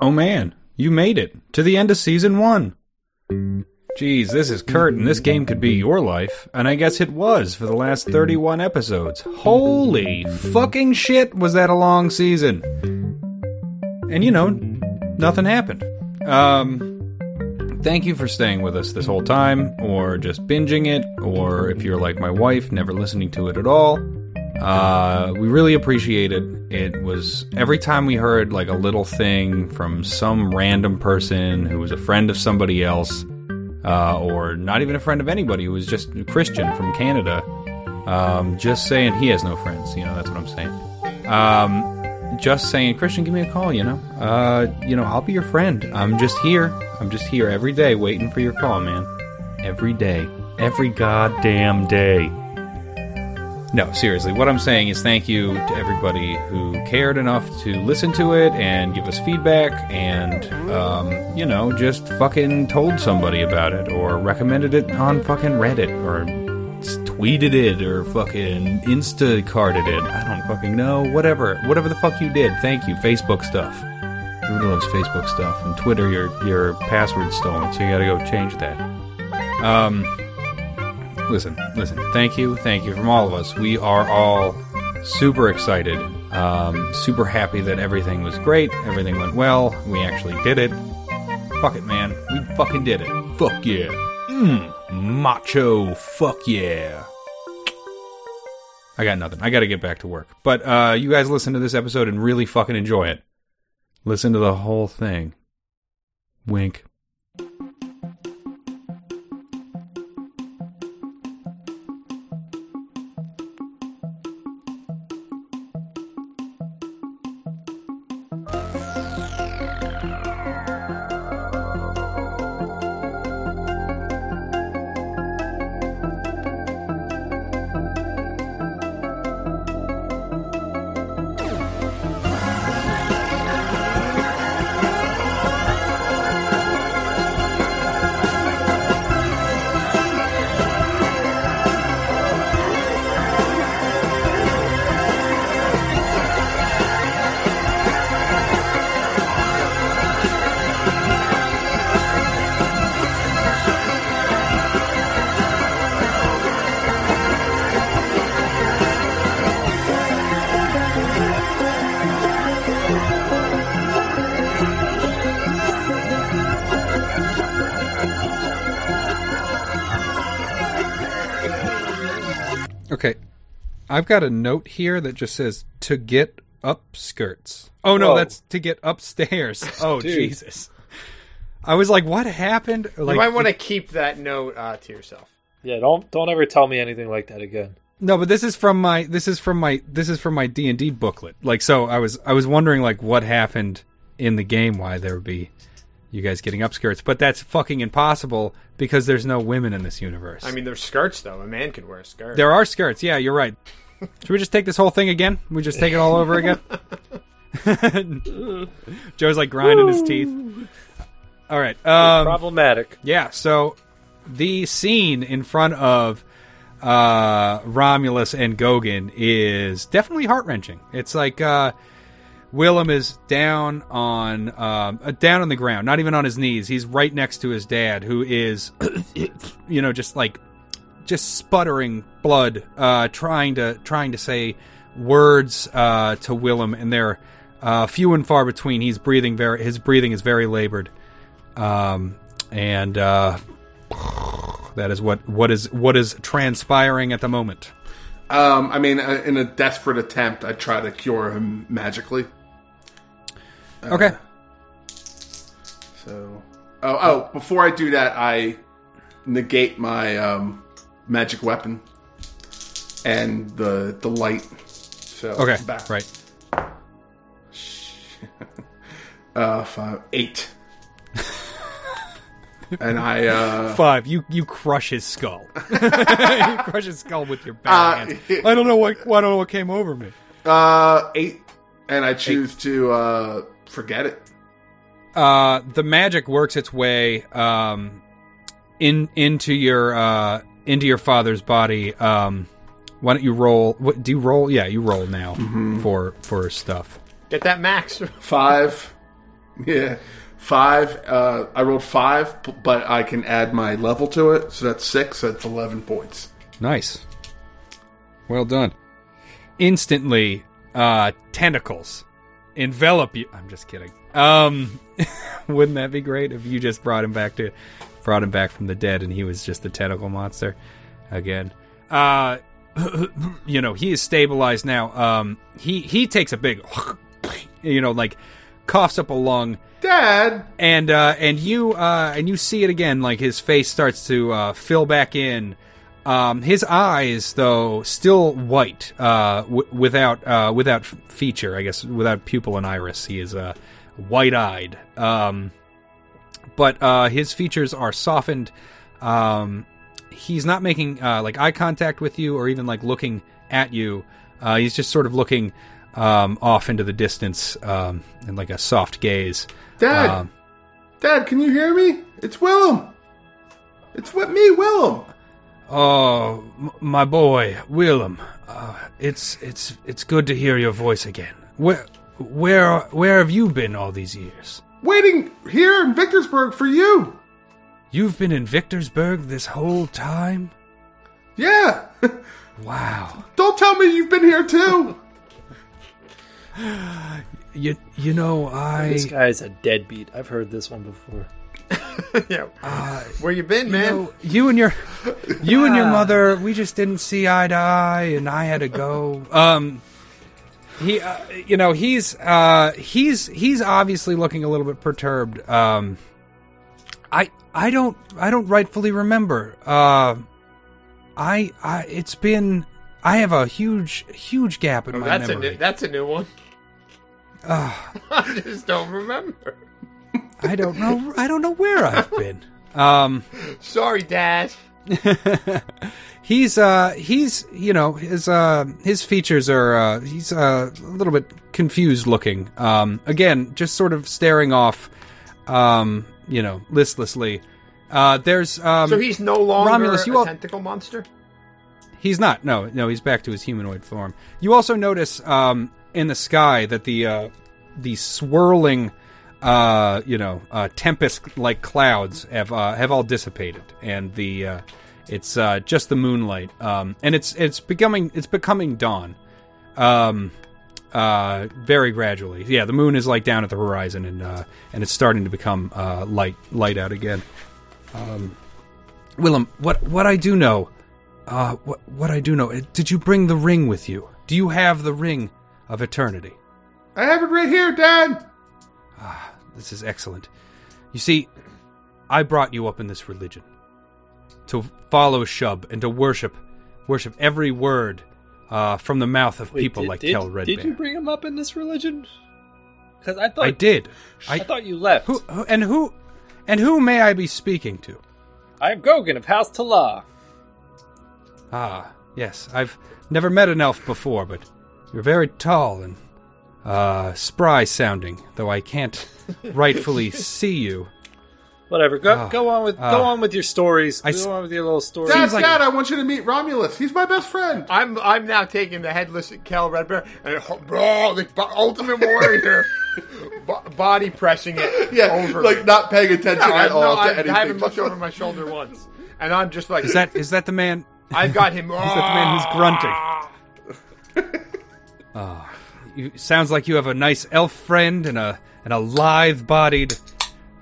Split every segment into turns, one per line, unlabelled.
Oh man, you made it to the end of season one. Geez, this is Kurt, and this game could be your life. And I guess it was for the last 31 episodes. Holy fucking shit, was that a long season! And you know, nothing happened. Um, thank you for staying with us this whole time, or just binging it, or if you're like my wife, never listening to it at all. Uh, we really appreciate it. It was every time we heard like a little thing from some random person who was a friend of somebody else, uh, or not even a friend of anybody, who was just a Christian from Canada, um, just saying he has no friends. You know, that's what I'm saying. Um, just saying, Christian, give me a call. You know, uh, you know, I'll be your friend. I'm just here. I'm just here every day, waiting for your call, man. Every day, every goddamn day. No, seriously, what I'm saying is thank you to everybody who cared enough to listen to it and give us feedback and, um, you know, just fucking told somebody about it or recommended it on fucking Reddit or s- tweeted it or fucking Instacarted it. I don't fucking know. Whatever. Whatever the fuck you did. Thank you. Facebook stuff. Everybody loves Facebook stuff. And Twitter, your, your password's stolen, so you gotta go change that. Um, listen, listen. Thank you, thank you from all of us. We are all super excited, um, super happy that everything was great, everything went well. We actually did it. Fuck it, man. We fucking did it. Fuck yeah. Mmm. Macho. Fuck yeah. I got nothing. I got to get back to work. But uh, you guys listen to this episode and really fucking enjoy it. Listen to the whole thing. Wink. Okay. I've got a note here that just says to get upskirts. Oh no,
Whoa.
that's to get upstairs. Oh
Dude.
Jesus. I was like, what happened? Like
you might want to keep that note uh, to yourself.
Yeah, don't don't ever tell me anything like that again.
No, but this is from my this is from my this is from my D and D booklet. Like so I was I was wondering like what happened in the game, why there would be you guys getting upskirts, but that's fucking impossible because there's no women in this universe.
I mean, there's skirts though. A man could wear a skirt.
There are skirts. Yeah, you're right. Should we just take this whole thing again? We just take it all over again. Joe's like grinding his teeth. All right. Um,
Problematic.
yeah. So the scene in front of uh, Romulus and Gogin is definitely heart wrenching. It's like uh, Willem is down on um, uh, down on the ground, not even on his knees. He's right next to his dad, who is, you know, just like just sputtering blood, uh, trying to trying to say words uh, to Willem, and they're uh, few and far between. He's breathing very. His breathing is very labored, um, and uh, that is what what is what is transpiring at the moment.
Um, I mean, uh, in a desperate attempt, I try to cure him magically. Uh,
Okay.
So, oh, oh, before I do that, I negate my um, magic weapon and the the light. So
Okay.
back.
Right.
Uh, five, eight. and I uh,
Five. You you crush his skull. you crush his skull with your bare
Uh,
hands. I don't know what I don't know what came over me.
uh eight, and I choose to uh forget it.
uh, the magic works its way um, in into your uh, into your father's body. Um, why don't you roll? What do you
Mm-hmm.
roll? Yeah, you roll now for for stuff.
Get that max.
Five, Yeah. Five. Uh, I rolled five, b- but I can add my level to it, so that's six. That's eleven points.
Nice. Well done. Instantly, uh, tentacles envelop you. I'm just kidding. Um, wouldn't that be great if you just brought him back to, brought him back from the dead, and he was just the tentacle monster again? Uh, you know, he is stabilized now. Um, he he takes a big, you know, like coughs up a lung
Dad.
and uh, and you uh, and you see it again. Like his face starts to uh, fill back in. Um, his eyes, though, still white, uh, w- without uh, without f- feature, I guess, without pupil and iris. He is uh, white eyed, um, but uh, his features are softened. Um, he's not making uh, like eye contact with you, or even like looking at you. Uh, he's just sort of looking um, off into the distance um, in like a soft gaze.
Dad.
Um,
Dad, can you hear me? It's Willem. It's with me, Willem.
Oh, m- my boy, Willem. Uh, it's it's it's good to hear your voice again. Where where where have you been all these years?
Waiting here in Victorsburg for you.
You've been in Victorsburg this whole time?
Yeah.
Wow.
Don't tell me you've been here too.
You you know I
This guy's a deadbeat. I've heard this one before.
yeah. Where you been, man?
know, Uh, you and your you and your mother we just didn't see eye to eye and i had to go um he uh, you know he's uh he's he's obviously looking a little bit perturbed um i i don't i don't rightfully remember uh i i it's been i have a huge huge gap in
Oh,
my
that's
memory
a new, that's a new one.
Ah.
I just don't remember.
i don't know i don't know where i've been um
Sorry, Dad.
he's uh he's you know his uh his features are uh he's uh, a little bit confused looking um again just sort of staring off um you know listlessly uh there's um
So he's no longer
Romulus, you
a
all-
tentacle monster.
he's not no no he's back to his humanoid form you also notice um in the sky that the uh the swirling uh you know uh tempest like clouds have uh, have all dissipated and the uh it's uh just the moonlight um and it's it's becoming it's becoming dawn um uh very gradually yeah the moon is like down at the horizon and uh and it's starting to become uh light light out again um willem what what i do know uh what what i do know uh, did you bring the ring with you do you have the ring of eternity
I have it right here, Dad.
this is excellent you see i brought you up in this religion to follow shub and to worship worship every word uh from the mouth of
Wait,
people
did,
like
did,
Kel Redbear
Did you bring him up in this religion? Because I thought
i did
I, thought you left.
Who, who and who and who may I be speaking to?
I'm Gogan of House Tala.
Ah, yes, I've never met an elf before, but you're very tall and uh, spry sounding, though I can't rightfully see you.
Whatever. Go go on with
ah.
go on with your stories.
I
go
s-
on with your little stories.
Dad,
Seems like-
Dad, I want you to meet Romulus. He's my best friend.
I'm I'm now taking the headless Cal Redbear and ho- bro, the bo- Ultimate Warrior, bo- body pressing it
Yeah,
over
like
me.
not paying attention
No, I,
at
no,
all to
I,
anything.
I haven't looked over my shoulder once, and I'm just like
Is that is that the man?
I've got him.
Is that the man who's grunting?
Ah.
Ah, You, sounds like you have a nice elf friend and a and a lithe-bodied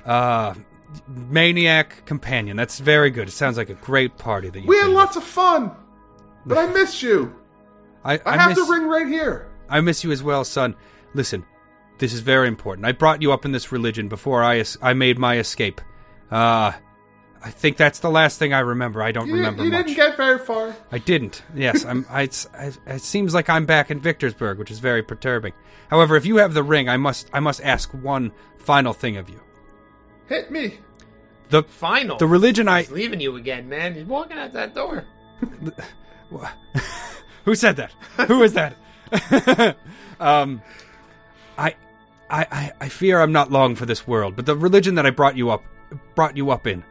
uh, maniac companion. That's very good. It sounds like a great party that you.
we had lots of fun, but I missed you.
I,
I,
I
have
miss-
the ring right here.
I miss you as well, son. Listen, this is very important. I brought you up in this religion before I es- I made my escape. Uh I think that's the last thing I remember. I don't
You,
remember
you
much.
didn't get very far.
I didn't. Yes, I'm. I, it's, I, it seems like I'm back in Victorsburg, which is very perturbing. However, if you have the ring, I must. I must ask one final thing of you.
Hit me.
The
Final.
the religion I.
He's leaving you again, man. He's walking out that door.
Who said that? Who is that? um, I, I, I, I fear I'm not long for this world. But the religion that I brought you up, brought you up in,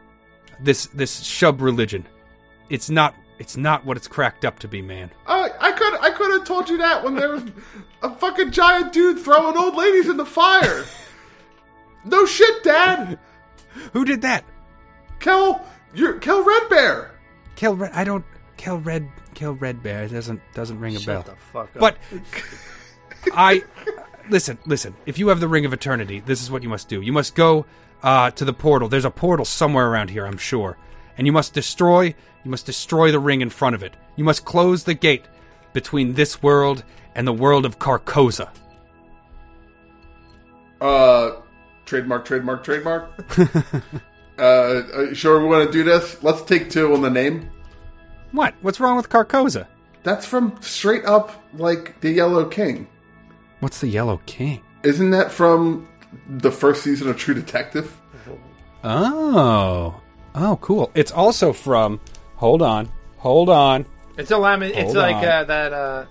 this this shub religion, it's not it's not what it's cracked up to be, man.
I, Oh, I could I could have told you that when there was a fucking giant dude throwing old ladies in the fire. no shit, Dad.
Who did that?
Kel, you're Kel Red Bear.
Kel Red. I don't. Kel Red. Kel Red Bear. It doesn't doesn't ring a
Shut
bell.
the fuck up.
But I listen, listen. If you have the Ring of Eternity, this is what you must do. You must go uh, to the portal. There's a portal somewhere around here, I'm sure. And you must destroy. You must destroy the ring in front of it. You must close the gate between this world and the world of Carcosa.
Uh, trademark, trademark, trademark. uh, uh, sure, we want to do this. Let's take two on the name.
What? What's wrong with Carcosa?
That's from straight up like the Yellow King.
What's the Yellow King?
Isn't that from the first season of True Detective?
Oh, oh, cool. It's also from. Hold on, hold on.
It's a lament. It's
Hold
like
on.
uh, that uh,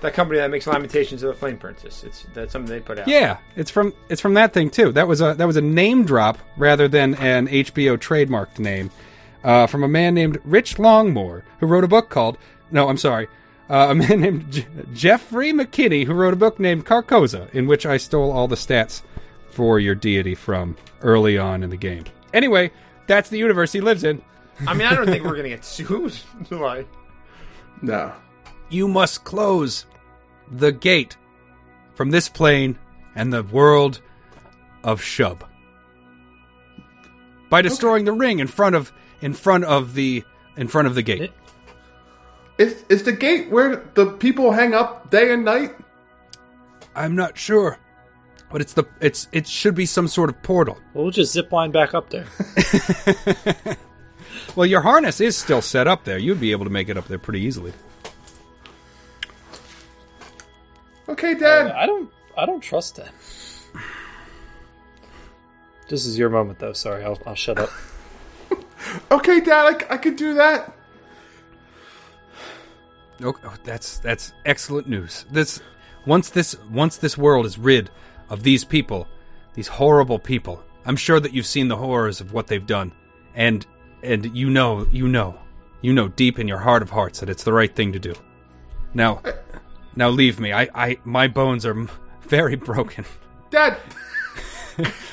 that company that makes Lamentations of the Flame Princess. It's that's something they put out.
Yeah, it's from it's from that thing too. That was a that was a name drop rather than an HBO trademarked name uh, from a man named Rich Longmore who wrote a book called No, I'm sorry, uh, a man named J- Jeffrey McKinney who wrote a book named Carcosa in which I stole all the stats for your deity from early on in the game. Anyway, that's the universe he lives in.
I mean, I don't think we're gonna get sued. like,
No.
you must close the gate from this plane and the world of Shub by destroying the ring in front of in front of the in front of the gate.
Is, is the gate where the people hang up day and night?
I'm not sure, but it's the it's it should be some sort of portal.
Well, we'll just zip line back up there.
Well, your harness is still set up there. You'd be able to make it up there pretty easily.
Okay,
Oh,
Dad.
I don't. I don't trust that. This is your moment, though. Sorry, I'll, I'll shut up.
Okay, Dad, I, c- I could do that.
Oh, oh, that's that's excellent news. This once this once this world is rid of these people, these horrible people. I'm sure that you've seen the horrors of what they've done, and and you know you know you know deep in your heart of hearts that it's the right thing to do. Now, now leave me. I I my bones are m- very broken,
Dad,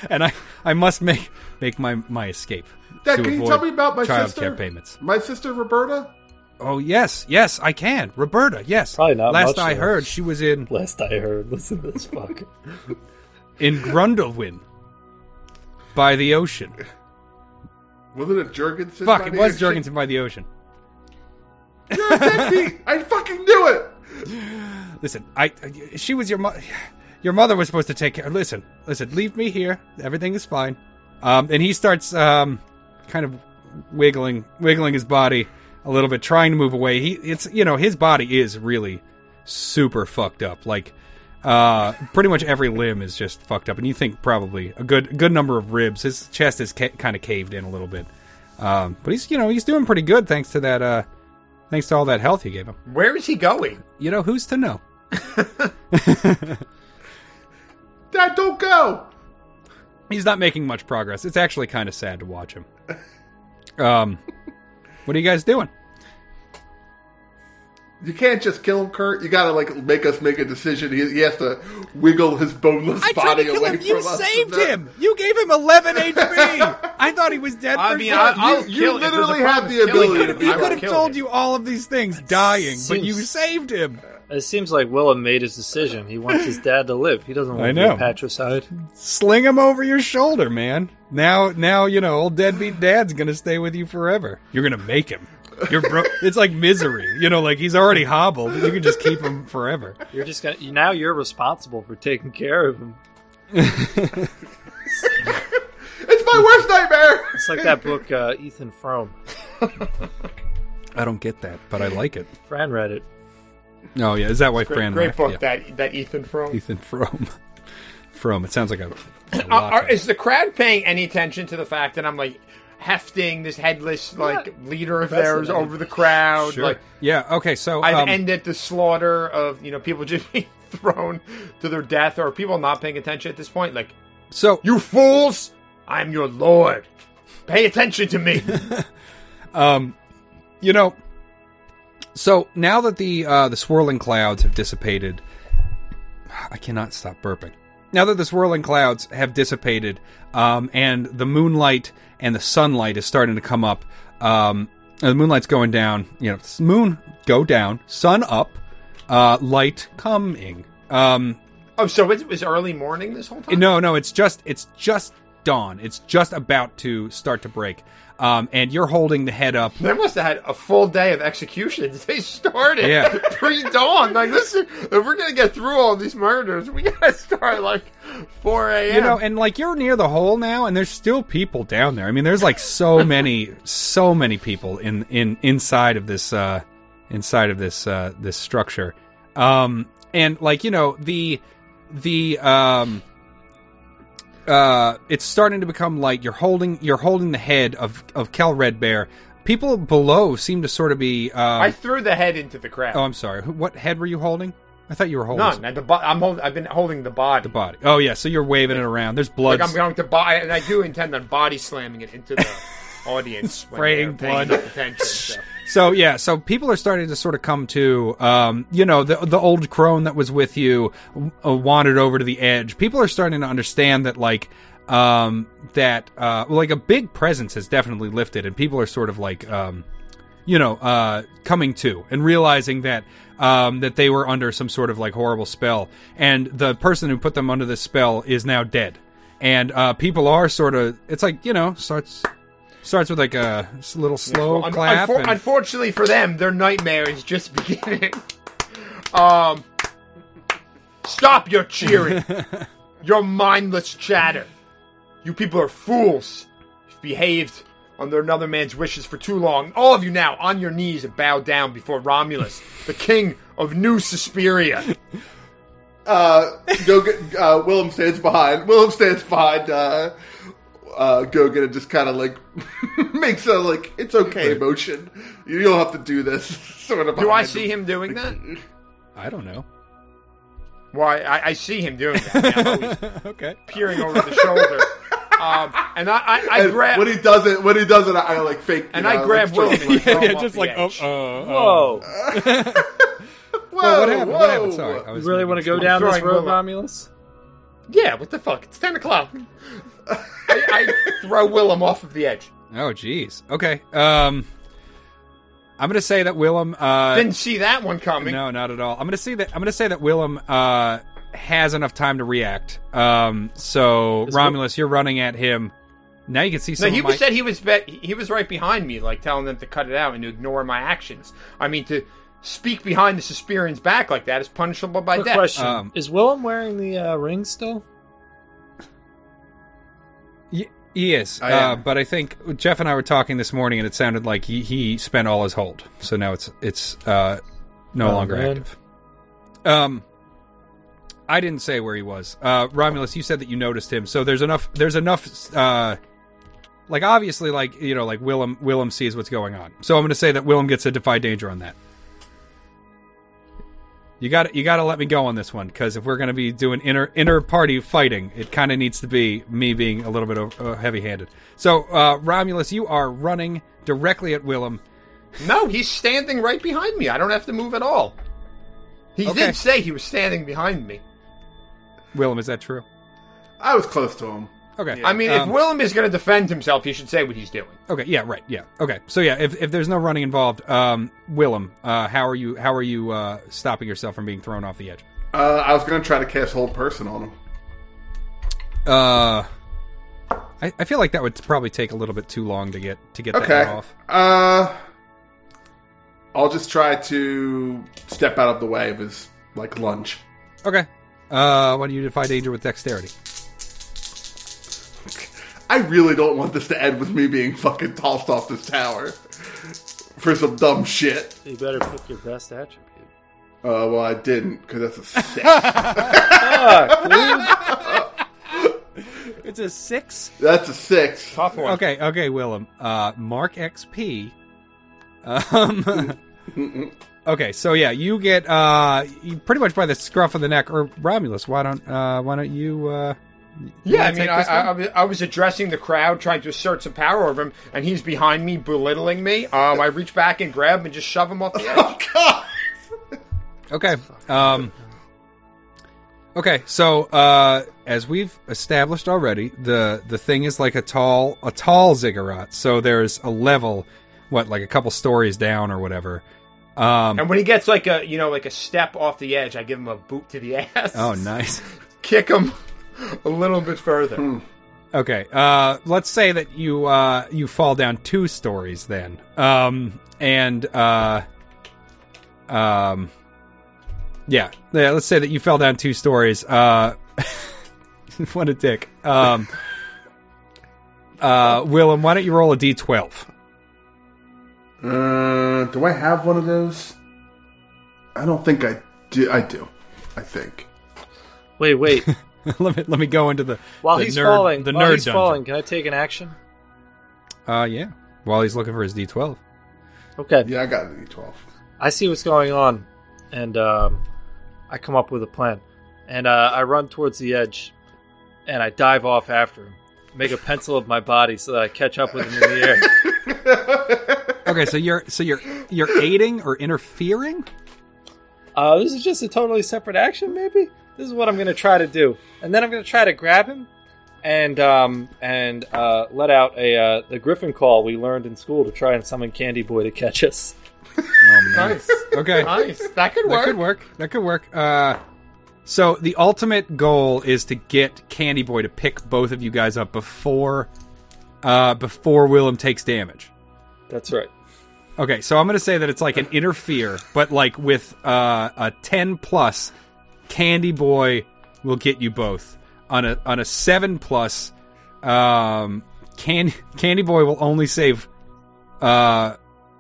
and I I must make make my my escape.
Dad,
to
can you
avoid
tell me about my
child
sister?
care payments.
My sister Roberta?
Oh yes, yes, I can. Roberta, yes.
Probably not
Last
much,
I
though.
heard, she was in
Last I heard, listen to this fuck.
in Grundlewin by the ocean.
Wasn't it Jurgensen?
Fuck,
by
it
the
was
ocean?
Jurgensen by the ocean.
You're a deadbeat. I fucking knew it.
Listen, I, I- she was your mother. Your mother was supposed to take care. Listen, listen, leave me here. Everything is fine. Um, and he starts um, kind of wiggling, wiggling his body a little bit, trying to move away. He, it's you know, his body is really super fucked up. Like, uh, pretty much every limb is just fucked up, and you think probably a good, good number of ribs. His chest is ca- kind of caved in a little bit. Um, but he's you know he's doing pretty good thanks to that uh, thanks to all that health you gave him.
where is he going?
You know who's to know.
Dad, don't go.
he's not making much progress. It's actually kind of sad to watch him. Um, what are you guys doing?
You can't just kill him, Kurt. You gotta like make us make a decision. He, he has to wiggle his boneless body away from
You
us.
saved
No.
him. You gave him 11 HP. I thought he was dead.
I
for
mean,
sure.
I,
You-
I'll
you
kill- if there's a
literally have
problem,
the
kill him.
ability to
he
I
could
would've
have told you all of these things dying, but you
seems-
saved him.
It seems like Willem made his decision. He wants his dad to live. He doesn't want
I
to
know.
be patricide.
Sling him over your shoulder, man. Now, now you know old deadbeat dad's gonna stay with you forever. You're gonna make him. You're bro- it's like misery, you know. Like he's already hobbled. You can just keep him forever.
You're just gonna now. You're responsible for taking care of him.
It's my worst nightmare.
It's like that book uh, Ethan Frome.
I don't get that, but I like it.
Fran read it.
Oh yeah, is that why
Great,
Fran?
great
left?
book
Yeah.
that that Ethan Frome.
Ethan Frome. Frome. It sounds like a. a latte.
Are- Uh, are- is the crowd paying any attention to the fact that I'm like hefting this headless like leader of theirs
Fascinating.
over the crowd?
Sure.
Like
yeah. Okay. So
I've
um,
ended the slaughter of you know people just being thrown to their death, or people not paying attention at this point. Like
so
you fools, I'm your lord. Pay attention to me.
um, you know, so now that the uh, the swirling clouds have dissipated, I cannot stop burping. now that the swirling clouds have dissipated um, and the moonlight and the sunlight is starting to come up, um, and the moonlight's going down. You know, s- moon go down, sun up, uh, light coming. Um,
Oh, so it was early morning this whole time.
no, no, it's just it's just dawn. It's just about to start to break, um, and you're holding the head up.
They must have had a full day of executions. They started
Yeah.
pre-dawn. Like, listen, if we're gonna get through all these murders, we gotta start like 4 a.m.
You know, and like you're near the hole now, and there's still people down there. I mean, there's like so many, so many people in in inside of this uh, inside of this uh, this structure, um, and like you know the the um, uh, it's starting to become like you're holding you're holding the head of of Cal Red Bear. People below seem to sort of be. Um,
I threw the head into the crowd.
oh, I'm sorry. Who- What head were you holding? I thought you were holding
None. And the bo- I'm hold- I've been holding the body.
the body. Oh yeah, so you're waving it around. There's blood.
like I'm going to buy it, and I do intend on body slamming it into the audience. when
Spraying
they're paying
blood.
Attention, so.
So yeah, so people are starting to sort of come to, um, you know, the the old crone that was with you uh, wandered over to the edge. People are starting to understand that, like, um, that uh, well, like a big presence has definitely lifted, and people are sort of like, um, you know, uh, coming to and realizing that um, that they were under some sort of like horrible spell, and the person who put them under this spell is now dead, and uh, people are sort of, it's like you know, starts. Starts with like a s- little slow
Un-
clap.
unfor-
and-
Unfortunately for them, their nightmare is just beginning. um, stop your cheering, your mindless chatter. You people are fools. You've behaved under another man's wishes for too long. All of you now on your knees and bow down before Romulus, the king of New Suspiria.
Uh, go get, uh, Willem stands behind. Willem stands behind. Uh, uh, go get it. Just kind of like makes a like it's okay motion. You don't have to do this sort of.
Do I
behind
see him doing that?
I don't know.
Why I, I see him doing that. Now, always
okay.
peering over the shoulder. Um, and I, I, I
And
grab
when he does it, when he does it, I, I like fake. you
and
know,
I grab
like,
Will.
stroke
and
him, like,
throw him off the edge.
oh,
Oh.
Whoa!
Whoa,
Well, what happened?
whoa.
What happened? Sorry. I was
Oh. You really want to
making-
go down
throwing
this road,
Wilma.
Romulus?
Yeah, what the fuck? It's ten o'clock. I, I throw Willem off of the edge.
Oh, jeez. Okay. Um, I'm gonna say that Willem. Uh,
Didn't see that one coming.
no, not at all. I'm gonna see that. I'm gonna say that Willem uh, has enough time to react. Um, so
Is-
Romulus, you're running at him. Now you can see
No,
some.
he
of
was
my-
said he was bet he was right behind me, like telling them to cut it out and to ignore my actions. I mean, to speak behind the Suspirian's back like that is punishable by
Quick
death.
question:
Um,
Is Willem wearing the uh, ring still?
Y- he is,
I
uh,
am.
but I think Jeff and I were talking this morning, and it sounded like he, he spent all his hold. So now it's it's uh, no
Oh,
longer
man.
active. Um, I didn't say where he was. Uh, Romulus, you said that you noticed him. So there's enough. There's enough. Uh, like obviously, like you know, like Willem Willem sees what's going on. So I'm going to say that Willem gets a defy danger on that. You got you got to let me go on this one because if we're going to be doing inner inner party fighting, it kind of needs to be me being a little bit over, uh, heavy handed. So uh, Romulus, you are running directly at Willem.
No, he's standing right behind me. I don't have to move at all. He
Okay.
did say he was standing behind me.
Willem, is that true?
I was close to him.
Okay.
I mean,
Um,
if Willem is going to defend himself, he should say what he's doing.
Okay, yeah, right, yeah. Okay, so yeah, if, if there's no running involved, um, Willem, uh, how are you? How are you uh, stopping yourself from being thrown off the edge?
Uh, I was gonna try to cast whole person on him.
Uh, I, I feel like that would probably take a little bit too long to get to get
Okay.
that off.
Uh, I'll just try to step out of the way of his like lunge.
Okay. Uh, why do you defy danger with dexterity?
I really don't want this to end with me being fucking tossed off this tower for some dumb shit.
You better pick your best attribute.
Uh, well, I didn't because that's a six.
It's a six.
that's a six.
Tough one.
Okay, okay, Willem. Uh, mark XP. Um. okay, so yeah, you get uh, you pretty much by the scruff of the neck. Or Romulus, why don't uh, why don't you? Uh, you
Yeah,
wanna
I mean,
take
I,
this
I,
one?
I was- I was addressing the crowd, trying to assert some power over him, and he's behind me, belittling me. Um, I reach back and grab him and just shove him off the edge.
Oh god!
Okay. Um Okay, so uh, as we've established already, the the thing is like a tall a tall ziggurat. So there's a level, what like a couple stories down or whatever. Um,
And when he gets like a you know like a step off the edge, I give him a boot to the ass.
oh, nice.
Kick him a little bit further.
Hmm. Okay, uh, let's say that you uh, you fall down two stories then, um, and uh, um, yeah, yeah. Let's say that you fell down two stories. Uh, what a dick. Um, uh, Willem, why don't you roll a d twelve?
Uh, do I have one of those? I don't think I do. I do. I think.
Wait, wait.
let me let me go into the
While
the
he's
nerd,
falling,
the nerd
while he's
dungeon.
falling, can I take an action?
Uh, yeah. While he's looking for his d twelve.
Okay.
Yeah, I got an E12.
I see what's going on, and um, I come up with a plan. And uh, I run towards the edge, and I dive off after him. Make a pencil of my body so that I catch up with him in the air.
Okay, so you're so you're you're aiding or interfering.
Uh, this is just a totally separate action, maybe. This is what I'm going to try to do, and then I'm going to try to grab him, and um, and uh, let out a uh, the Griffin call we learned in school to try and summon Candy Boy to catch us.
Oh man.
Nice,
Okay.
nice. That could work.
That could work. That could work. Uh, so the ultimate goal is to get Candy Boy to pick both of you guys up before uh, before Willem takes damage.
That's right.
Okay, so I'm going to say that it's like an interfere, but like with uh, a 10 plus, Candy Boy will get you both. On a on a 7 plus, um, Candy Candy Boy will only save uh,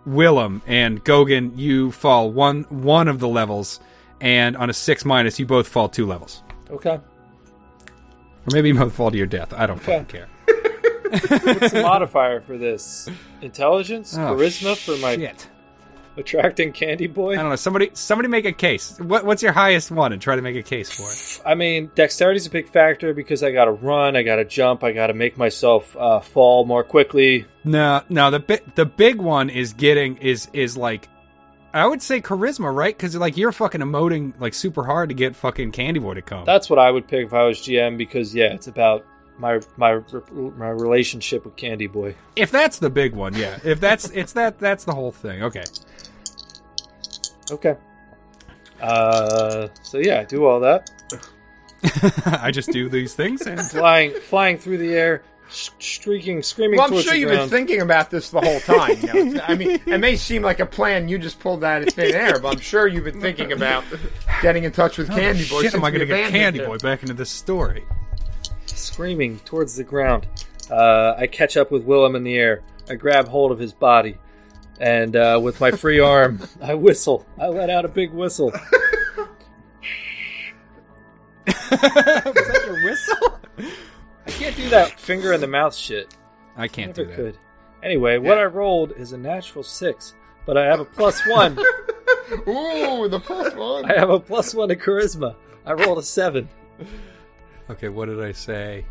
Willem and Gogan. You fall one one of the levels, and on a 6 minus, you both fall two levels,
Okay.
or maybe you both fall to your death. I don't fucking care.
What's the modifier for this? Intelligence,
Oh,
charisma for my
shit.
attracting Candy
I
Boy.
don't know. Somebody somebody make a case. What, what's your highest one, and try to make a case for it.
I mean, dexterity's a big factor because I got to run, I got to jump, I got to make myself uh, fall more quickly.
No, no. The bi- the big one is getting is is like, I would say charisma, right? Because like you're fucking emoting like super hard to get fucking Candy Boy to come.
That's what I would pick if I was GM because yeah, it's about my my my relationship with Candy Boy.
if that's the big one, yeah. If that's it's that that's the whole thing. Okay.
Okay. Uh, so yeah, I do all that.
I just do these things and
Flying, flying through the air, sh- streaking, screaming
Well, I'm
towards
sure
the
you've been
ground.
thinking about this the whole time. You know? It's- I mean, it may seem like a plan you just pulled out of thin air, but I'm sure you've been thinking about getting in touch with Candy Boy.
shit,
since
am I
we
gonna get
abandoned
Candy
him.
Boy back into this story?
screaming towards the ground. Uh, I catch up with Willem in the air. I grab hold of his body, and uh, with my free arm, I whistle. I let out a big whistle.
Was that your whistle?
I can't do that finger in the mouth shit.
I can't
Never
do that.
could. Anyway, what I rolled is a natural six, but I have a plus one.
Ooh, Oh, the plus one.
I have a plus one to charisma. I rolled a seven.
Okay, what did I say?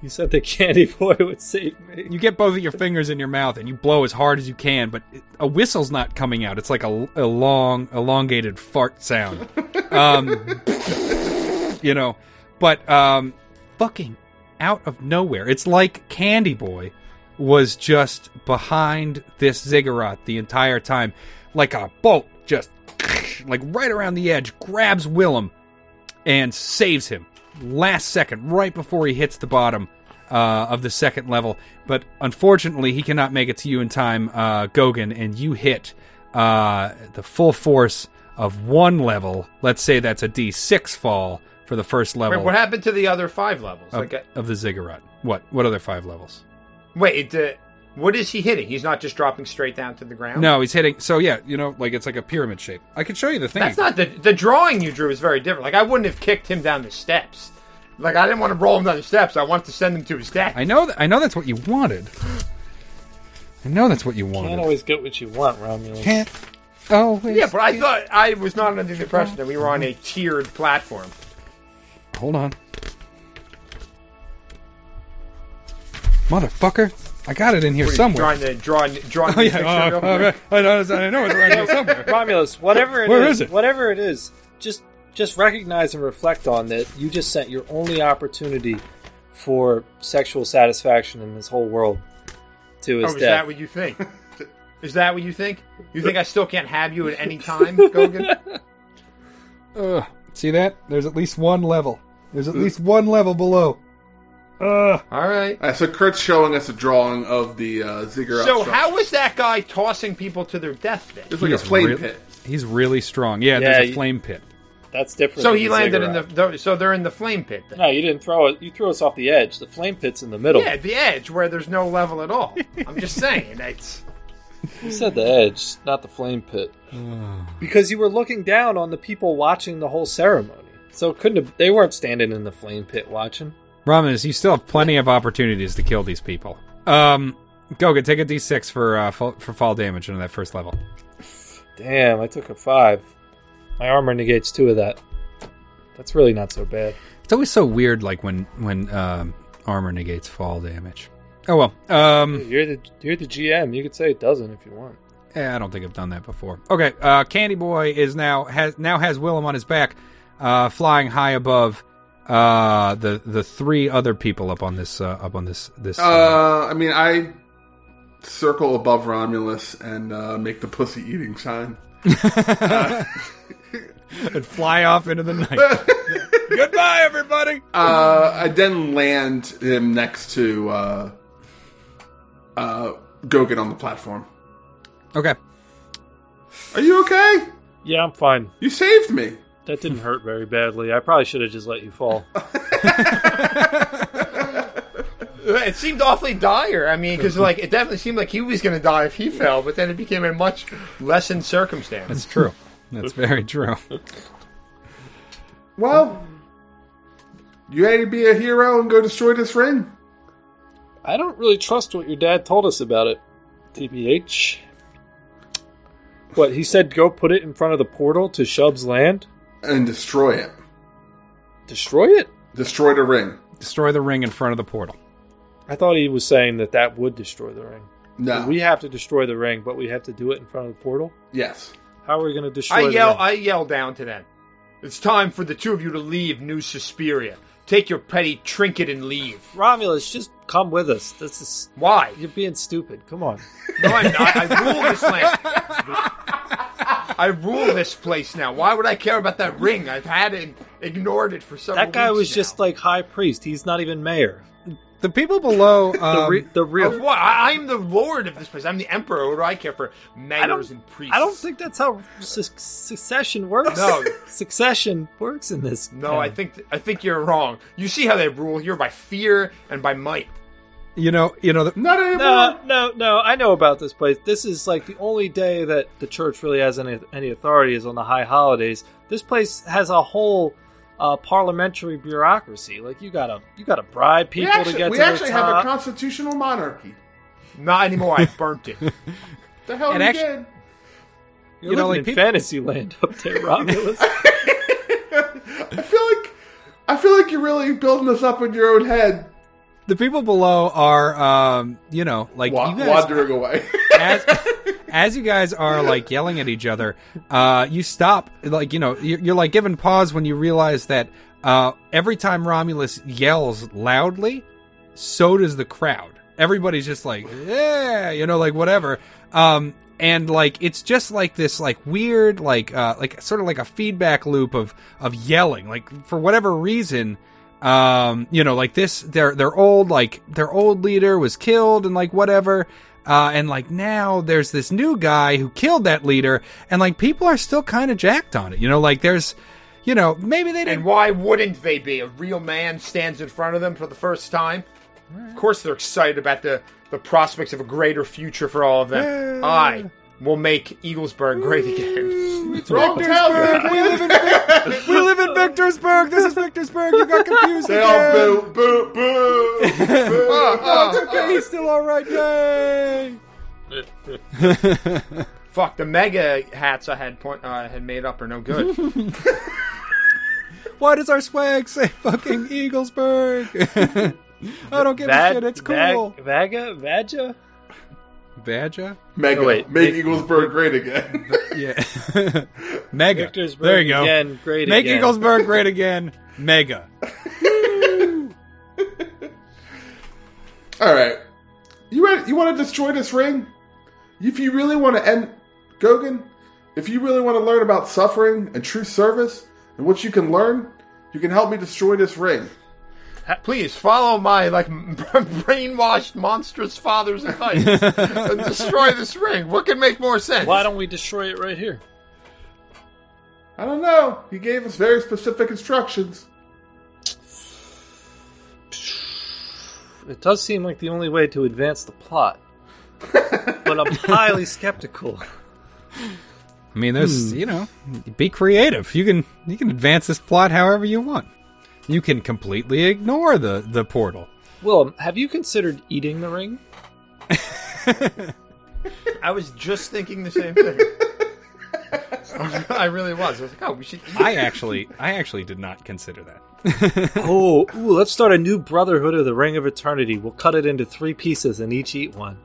You said the candy boy would save me.
You get both of your fingers in your mouth and you blow as hard as you can, but it- a whistle's not coming out. It's like a, a long, elongated fart sound. Um, you know, but um, fucking out of nowhere. It's like Candy Boy was just behind this ziggurat the entire time, like a bolt, just like right around the edge, grabs Willem and saves him last second, right before he hits the bottom uh, of the second level. But unfortunately, he cannot make it to you in time, uh, Gogan, and you hit uh, the full force of one level. Let's say that's a D6 fall for the first level
Wait, what happened to the other five levels?
of,
Like, uh,
of the ziggurat. What? What other five levels?
wait, uh, what is he hitting? He's not just dropping straight down to the ground.
No, he's hitting. So yeah, you know, like it's like a pyramid shape. I can show you the thing.
that's not the the drawing you drew is very different. Like, I wouldn't have kicked him down the steps. Like, I didn't want to roll him down the steps. I wanted to send him to his death.
I know. Th- I know that's what you wanted. I know that's what you wanted. Oh,
Can't always get what you want, Romulus.
Can't always
yeah, but I thought I was not under the impression that we were on a tiered platform.
Hold on. Motherfucker. I got it in here somewhere.
Drawing the drawing drawing
Oh,
the
yeah.
picture
Oh,
real quick.
oh, I know it's I know it's around here somewhere.
Romulus, whatever it is,
Where is it?
whatever it is, just just recognize and reflect on that you just sent your only opportunity for sexual satisfaction in this whole world to
Or
his
Oh, is
death.
that what you think? Is that what you think? You think I still can't have you at any time, Gogan?
Ugh. See that? There's at least one level. There's at least one level below. Ugh.
All right.
All right, so Kurt's showing us a drawing of the uh, ziggurat.
So
structure.
how was that guy tossing people to their deathbed?
It's like a
He's
flame
real-
pit.
He's really strong. Yeah,
Yeah,
there's a
you-
flame pit.
That's different.
So
than
he
the
landed in the,
ziggurat.
the. So they're in the flame pit. Then.
No, you didn't throw it. You threw us off the edge. The flame pit's in the middle.
Yeah, the edge where there's no level at all. I'm just saying that's
You said the edge, not the flame pit. because you were looking down on the people watching the whole ceremony. So it couldn't have, they weren't standing in the flame pit watching.
Romulus, you still have plenty of opportunities to kill these people. Um, Goga, take a d6 for uh, fall, for fall damage into that first level.
Damn, I took a five. My armor negates two of that. That's really not so bad.
It's always so weird, like when when um, armor negates fall damage. Oh well. Um,
You're the you're the GM. You could say it doesn't if you want.
eh, I don't think I've done that before. Okay. Uh, Candy Boy is now has now has Willem on his back, uh, flying high above uh the the three other people up on this uh, up on this this.
Uh, I mean, I circle above Romulus and uh, make the pussy eating sign.
and fly off into the night. Goodbye, everybody.
Uh, I then land him next to uh, uh, Gogin on the platform.
Okay.
Are you okay?
Yeah, I'm fine.
You saved me.
That didn't hurt very badly. I probably should have just let you fall.
it seemed awfully dire. I mean, because like it definitely seemed like he was going to die if he fell, but then it became a much lessened circumstance.
That's true. That's very true.
Well, you ready to be a hero and go destroy this ring?
I don't really trust what your dad told us about it, TBH. What he said? Go put it in front of the portal to Shub's land.
And destroy it.
Destroy it.
Destroy the ring.
Destroy the ring in front of the portal.
I thought he was saying that that would destroy the ring.
No.
We have to destroy the ring, but we have to do it in front of the portal.
yes.
How are we going to destroy?
I
the
yell,
ring?
I yell down to them. It's time for the two of you to leave New Suspiria. Take your petty trinket and leave.
Romulus, just come with us. This is
Why?
you're being stupid. Come on.
No, I'm not. I rule this land. I rule this place now. Why would I care about that ring? I've had it, ignored it for several.
That guy
weeks
was
now.
just like high priest. He's not even mayor.
The people below. Um,
The, re- the
Of
real.
what? I, I'm the lord of this place. I'm the emperor. What do I care for
I don't-
mayors and priests?
I don't think that's how su- succession works.
No.
succession works in this.
No,
town.
I think th- I think you're wrong. You see how they rule here by fear and by might.
you know, you know. The,
Not anymore.
No, no, no. I know about this place. This is like the only day that the church really has any any authority is on the high holidays. This place has a whole uh, parliamentary bureaucracy. Like you gotta you gotta bribe
we
people
actually,
to get
we
to
actually
the
have
top.
a constitutional monarchy.
Not anymore. I burnt it.
The hell
And
you
actu-
did?
You're
you know,
living
like
in
people-
fantasy land up there, Romulus.
I feel like I feel like you're really building us up in your own head,
the people below are, um, you know, like
wa-
you guys,
wandering away.
as, as you guys are like yelling at each other, uh, you stop. Like you know, you're, you're like given pause when you realize that uh, every time Romulus yells loudly, so does the crowd. Everybody's just like, yeah, you know, like whatever. Um, and like it's just like this like weird like uh like sort of like a feedback loop of of yelling like for whatever reason um you know like this their their old like their old leader was killed and like whatever uh and like now there's this new guy who killed that leader and like people are still kind of jacked on it you know like there's you know maybe they
And
didn't
why wouldn't they be? A real man stands in front of them for the first time. Of course, they're excited about the, the prospects of a greater future for all of them. I will make Eaglesburg great again.
Wrong town.
we live in Vic- we live in Victorsburg this is Victorsburg you got confused
They all
again.
boo, boo, boo. boo. Ah,
oh, it's okay he's still all right yay
Fuck the mega hats I had point uh, had made up are no good.
Why does our swag say fucking Eaglesburg? I don't give a shit. It's cool.
Vaga, Vaja,
Badger?
Mega,
Oh, wait.
make
Make-
Eaglesburg great again.
Yeah. Mega.
Victor's
there you go.
Again, great
Make
again.
Eaglesburg great again. Mega.
All right, you ready, you want to destroy this ring? If you really want to end Gogan, if you really want to learn about suffering and true service and what you can learn, you can help me destroy this ring.
Please follow my like brainwashed monstrous father's advice and destroy this ring. What could make more sense?
Why don't we destroy it right here?
I don't know. He gave us very specific instructions.
It does seem like the only way to advance the plot, but I'm highly skeptical.
I mean, there's you know, be creative. You can you can advance this plot however you want. You can completely ignore the the portal.
Willem, have you considered eating the ring?
I was just thinking the same thing. I really was. I was like, oh, we should. Eat.
I actually I actually did not consider that.
Oh, ooh, let's start a new Brotherhood of the Ring of Eternity. We'll cut it into three pieces and each eat one.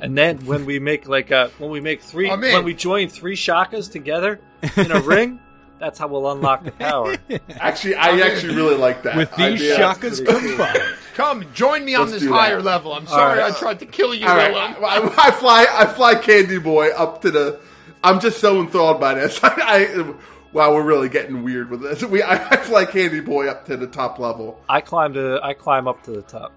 And then when we make like uh when we make three
I'm in.
when we join three shakas together in a ring, that's how we'll unlock the power.
Actually, I actually really like that.
With these
idea.
shakas combined.
Come join me on
Let's
this
do that.
higher level. I'm sorry,
right.
I tried to kill you,
All right,
Willem.
I, I fly. I fly Candy Boy up to the. I'm just so enthralled by this. I, I wow, we're really getting weird with this. We I, I fly Candy Boy up to the top level.
I climb to I climb up to the top.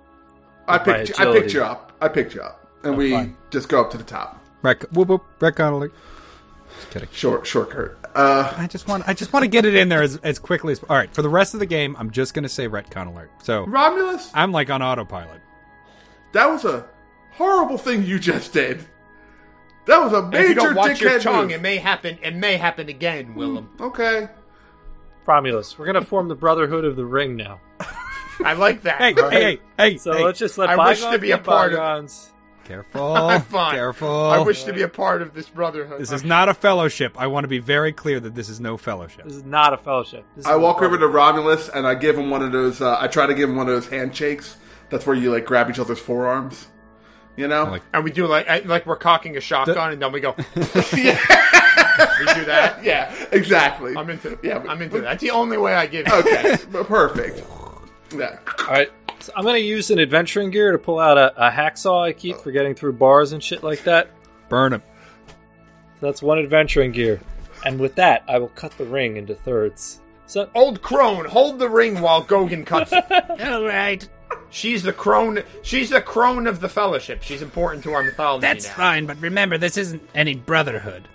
I
With my
picked. You, I picked
agility.
you up. I picked you up, and we
fine.
just go up to the top.
Rec- whoop whoop. Retcon alert. Just kidding.
Short, short, Kurt. Uh,
I just want I just want to get it in there as as quickly as. All right, for the rest of the game, I'm just gonna say retcon alert. So
Romulus,
I'm like on autopilot.
that was a horrible thing you just did. That was a
And
major
if you don't watch
dickhead
your tongue,
move.
it may happen. It may happen again, Willem.
Okay.
Romulus, we're gonna form the Brotherhood of the Ring now.
I like that.
Hey, hey, hey, hey.
So
hey.
let's just let
I wish
bygones
to be a part of it.
bygones.
Careful.
I'm fine.
Careful.
I wish to be a part of this brotherhood.
This is not a fellowship. I want to be very clear that this is no fellowship.
This is not a fellowship. This
I
is a
walk over to
brotherhood.
Romulus and I give him one of those. Uh, I try to give him one of those handshakes. That's where you like grab each other's forearms. You know,
Like-
and we do like I- like we're cocking a shotgun, and then we go. we do that.
yeah, exactly.
I'm into.
Yeah,
Yeah,
but-
I'm into. That's the only way I give. it.
okay, perfect. Yeah.
All right. So I'm going to use an adventuring gear to pull out a, a hacksaw I
Uh.
keep for getting through bars and shit like that.
Burn him.
So that's one adventuring gear. And with that, I will cut the ring into thirds. So
Old crone, hold the ring while Gogan cuts it. All right. She's the crone. She's the crone of the fellowship. She's important to our mythology.
That's
now.
fine, but remember, this isn't any brotherhood.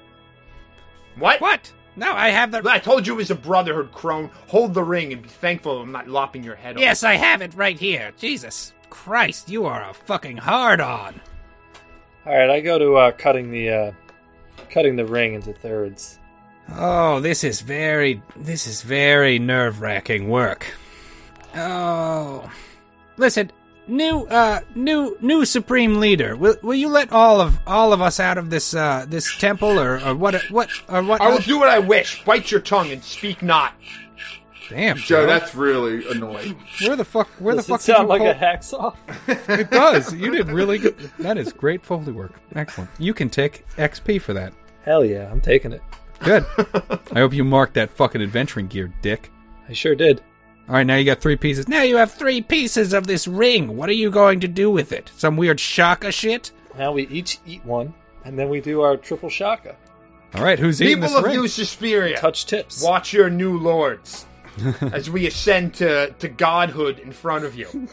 What?
What? No, I have the.
I told you it was a brotherhood, crone. Hold the ring and be thankful I'm not lopping your head off.
Yes, I have it right here. Jesus Christ, you are a fucking hard on.
all right, I go to uh, cutting the uh, cutting the ring into thirds.
Oh, this is very. This is very nerve wracking work. Oh. Listen. New, uh, new, new supreme leader. Will, will you let all of all of us out of this, uh, this temple, or, or what, what, or what?
I will do what I wish. Bite your tongue and speak not.
Damn,
Joe,
Joe.
that's really annoying.
where the fuck? Where the
Does
fuck
it
did you
sound like
pull?
a hacksaw?
It does. You did really good. That is great foley work. Excellent. You can take XP for that.
Hell yeah, I'm taking it.
Good. I hope you marked that fucking adventuring gear, dick.
I sure did.
All right, now you got three pieces.
Now you have three pieces of this ring. What are you going to do with it? Some weird shaka shit?
Now we each eat one, and then we do our triple shaka.
All right, who's eating
People
this
of
ring?
New Suspiria,
Touch tips.
watch your new lords as we ascend to, to godhood in front of you.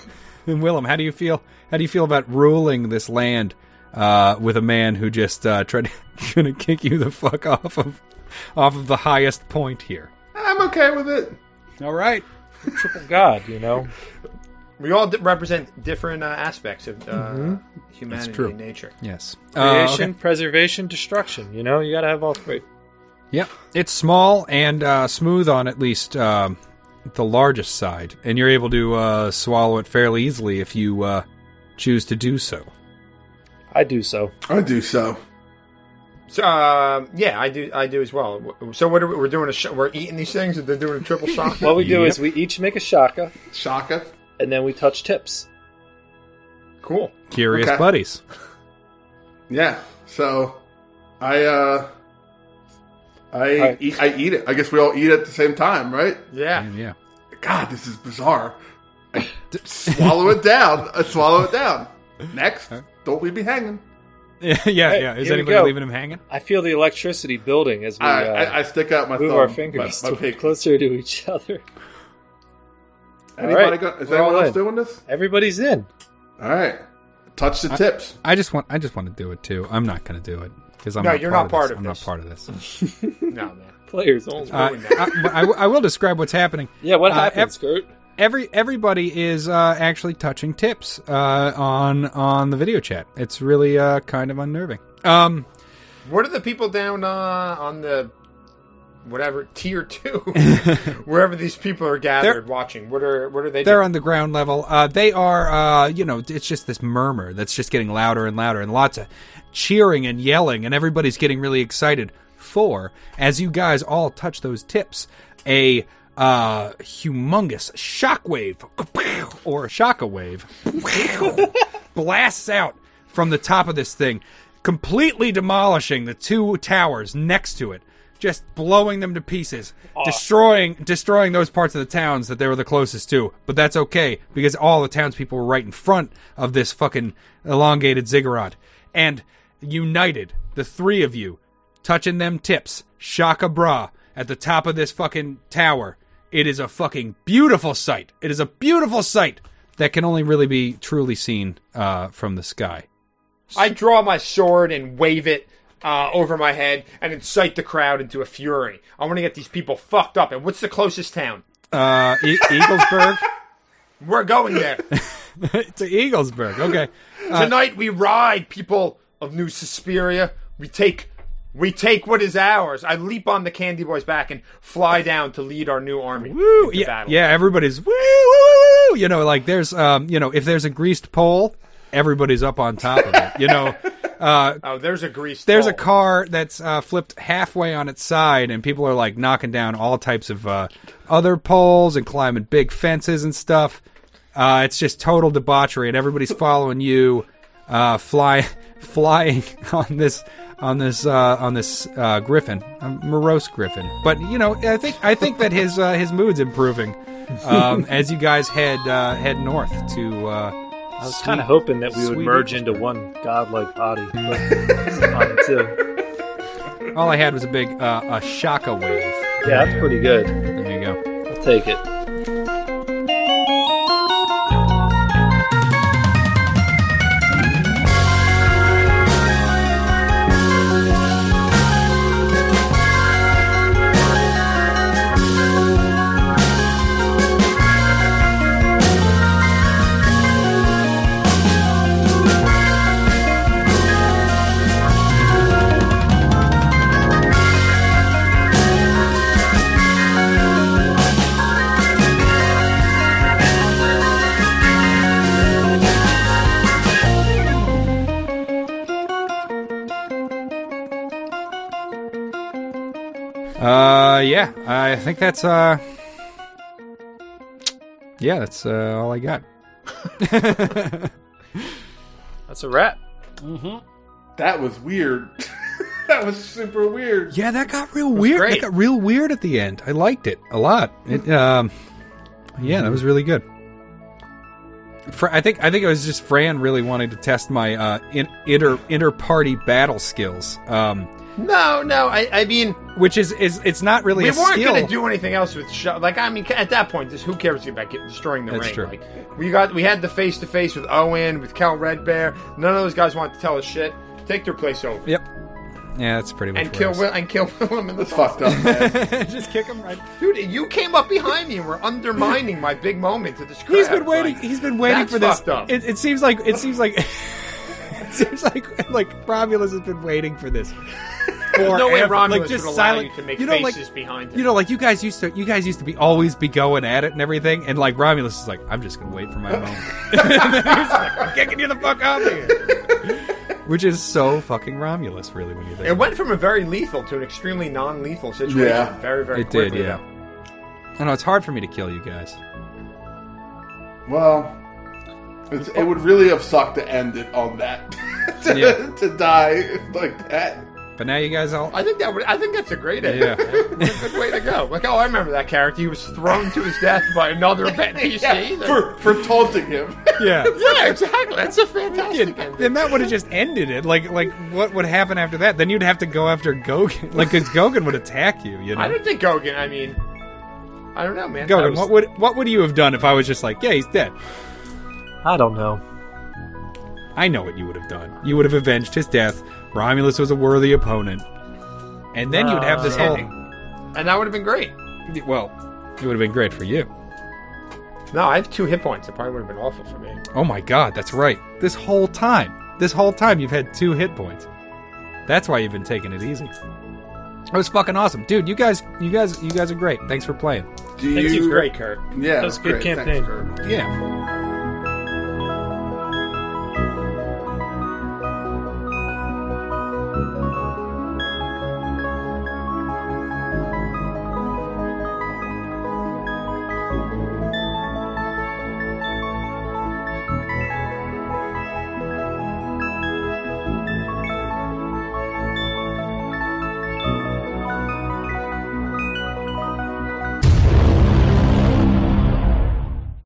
And Willem, how do you feel? How do you feel about ruling this land uh, with a man who just uh, tried going to kick you the fuck off of off of the highest point here?
I'm okay with it.
All right.
Triple God, you know.
We all d- represent different uh, aspects of uh, humanity
Mm-hmm. true.
and nature.
Yes. Uh,
Creation, preservation, destruction. You know, you got to have all three.
Yep. It's small and uh, smooth on at least um the largest side, and you're able to uh, swallow it fairly easily if you uh, choose to do so.
I do so.
I do so.
So um yeah, I do. I do as well. W- So what are we? We're doing a. Sh- we're eating these things. and They're doing a triple shot.
What we do is we each make a shaka,
Shaka.
and then we touch tips.
cool.
Curious
Okay.
buddies.
Yeah. So I uh I
Alright.
eat, I eat it. I guess we all eat at the same time, right?
Yeah.
Yeah.
God, this is bizarre. swallow it down. I swallow it down. Next, don't leave me hanging.
Yeah, yeah,
Hey,
yeah. Is
here we
anybody
go.
leaving him hanging?
I feel the electricity building as we
I,
uh,
I, I stick out my
move
thumb,
our fingers
My, my pinky.
closer to each other.
Anybody
Alright,
go- is
we're all
anyone else
in.
doing this?
Everybody's in.
All right. Touch the tips.
I just want I just want to do it too. I'm not going to do it because I'm
No,
not
you're
part
not part
of
of
this.
this.
I'm not part of this.
No, man.
Players only.
Uh, I, but I w- I will describe what's happening.
yeah, what
uh,
happened,
ev-
Skirt?
Every everybody is uh, actually touching tips uh, on on the video chat. It's really uh, kind of unnerving. Um,
What are the people down uh, on the whatever tier two, wherever these people are gathered watching? What are what are they?
they're
doing?
on the ground level. Uh, they are, uh, you know, it's just this murmur that's just getting louder and louder, and lots of cheering and yelling, and everybody's getting really excited. For as you guys all touch those tips, a uh, humongous shockwave or shockwave blasts out from the top of this thing, completely demolishing the two towers next to it, just blowing them to pieces, destroying destroying those parts of the towns that they were the closest to. But that's okay because all the townspeople were right in front of this fucking elongated ziggurat, and united, the three of you, touching them tips, shaka bra, at the top of this fucking tower. It is a fucking beautiful sight. It is a beautiful sight that can only really be truly seen uh, from the sky.
I draw my sword and wave it uh, over my head and incite the crowd into a fury. I want to get these people fucked up. And what's the closest town?
Uh, e- Eaglesburg
We're going there
Uh, to Eaglesburg. Okay,
tonight. We ride, people of New Suspiria. We take. We take what is ours. I leap on the Candy Boy's back and fly down to lead our new army.
woo,
into
yeah,
battle.
yeah. Everybody's woo, woo, woo, woo. You know, like there's, um, you know, if there's a greased pole, everybody's up on top of it. You know,
Oh, there's a grease.
there's a
pole.
car that's uh, flipped halfway on its side, and people are like knocking down all types of uh, other poles and climbing big fences and stuff. Uh, it's just total debauchery, and everybody's following you, uh, fly, flying on this on this uh, on this uh, griffin, a morose griffin. But you know, I think I think that his uh, his mood's improving um, as you guys head uh, head north to. Uh,
I was kind of hoping that we would
sweet
merge into one godlike body. But this is fine too.
all I had was a big uh, a shaka wave.
Yeah, that's pretty good.
There you go.
I'll take it.
Uh, yeah, I think that's uh, yeah, that's uh, all I got.
That's a wrap.
That was weird. that was super weird.
Yeah, that got real weird.
great.
That got real weird at the end. I liked it a lot. It, um, yeah, that was really good. Fra- I think I think it was just Fran really wanting to test my uh, in- inter inter party battle skills, um,
No, no. I, I mean,
which is is it's not really
we
a
weren't
skill.
going to do anything else with show. Like, I mean, at that point, just who cares about get, destroying the
That's
ring?
true.
Like, we got we had the face to face with Owen, with Cal Redbear. None of those guys wanted to tell us shit. Take their place over
yep. Yeah, that's pretty much.
and
what
kill
it is.
Will and kill Willem in the
That's fucked up, man.
just kick him right.
Dude, you came up behind me and were undermining my big moment to this. Crap.
He's been waiting.
Like,
He's been waiting
that's
for this.
fucked up.
It, it seems like it seems like it seems like like Romulus has been waiting for this.
There's no way
forever.
Romulus
like just
would allow
silent.
you to make
know, like
faces behind him.
you know, like you guys used to. You guys used to be always be going at it and everything. And like Romulus is like, I'm just gonna wait for my moment. And then he's like, I'm kicking you the fuck out of here. Which is so fucking Romulus, really, when you think.
it went from a very lethal to an extremely non-lethal situation.
Yeah.
very very.
It did,
quickly,
yeah.
though.
I know it's hard for me to kill you guys.
Well, it's, it would really have sucked to end it on that. to,
Yeah.
to die like that.
But now you guys all.
I think that would, I think that's a great idea.
Yeah.
That's a good way to go. Like, oh, I remember that character. He was thrown to his death by another NPC.
Yeah, for for taunting him.
Yeah.
yeah, exactly. That's a fantastic ending.
Then that would have just ended it. Like, like what would happen after that? Then you'd have to go after Gogan. Like, because Gogan would attack you. You know.
I don't think Gogan. I mean, I don't know, man.
Gogan,
I was-
what would what would you have done if I was just like, yeah, he's dead?
I don't know.
I know what you would have done. You would have avenged his death. Romulus was a worthy opponent, and then you'd have this
Uh,
whole.
and that would have been great.
Well, it would have been great for you.
No, I have two hit points. It probably would have been awful for me.
Oh my God, that's right. This whole time, this whole time, you've had two hit points. That's why you've been taking it easy. It was fucking awesome, dude. You guys, you guys, you guys are great. Thanks for playing.
Do
Thank you,
you?
great, Kurt.
Yeah,
That was a good
great. Thanks,
campaign.
Kurt.
Yeah.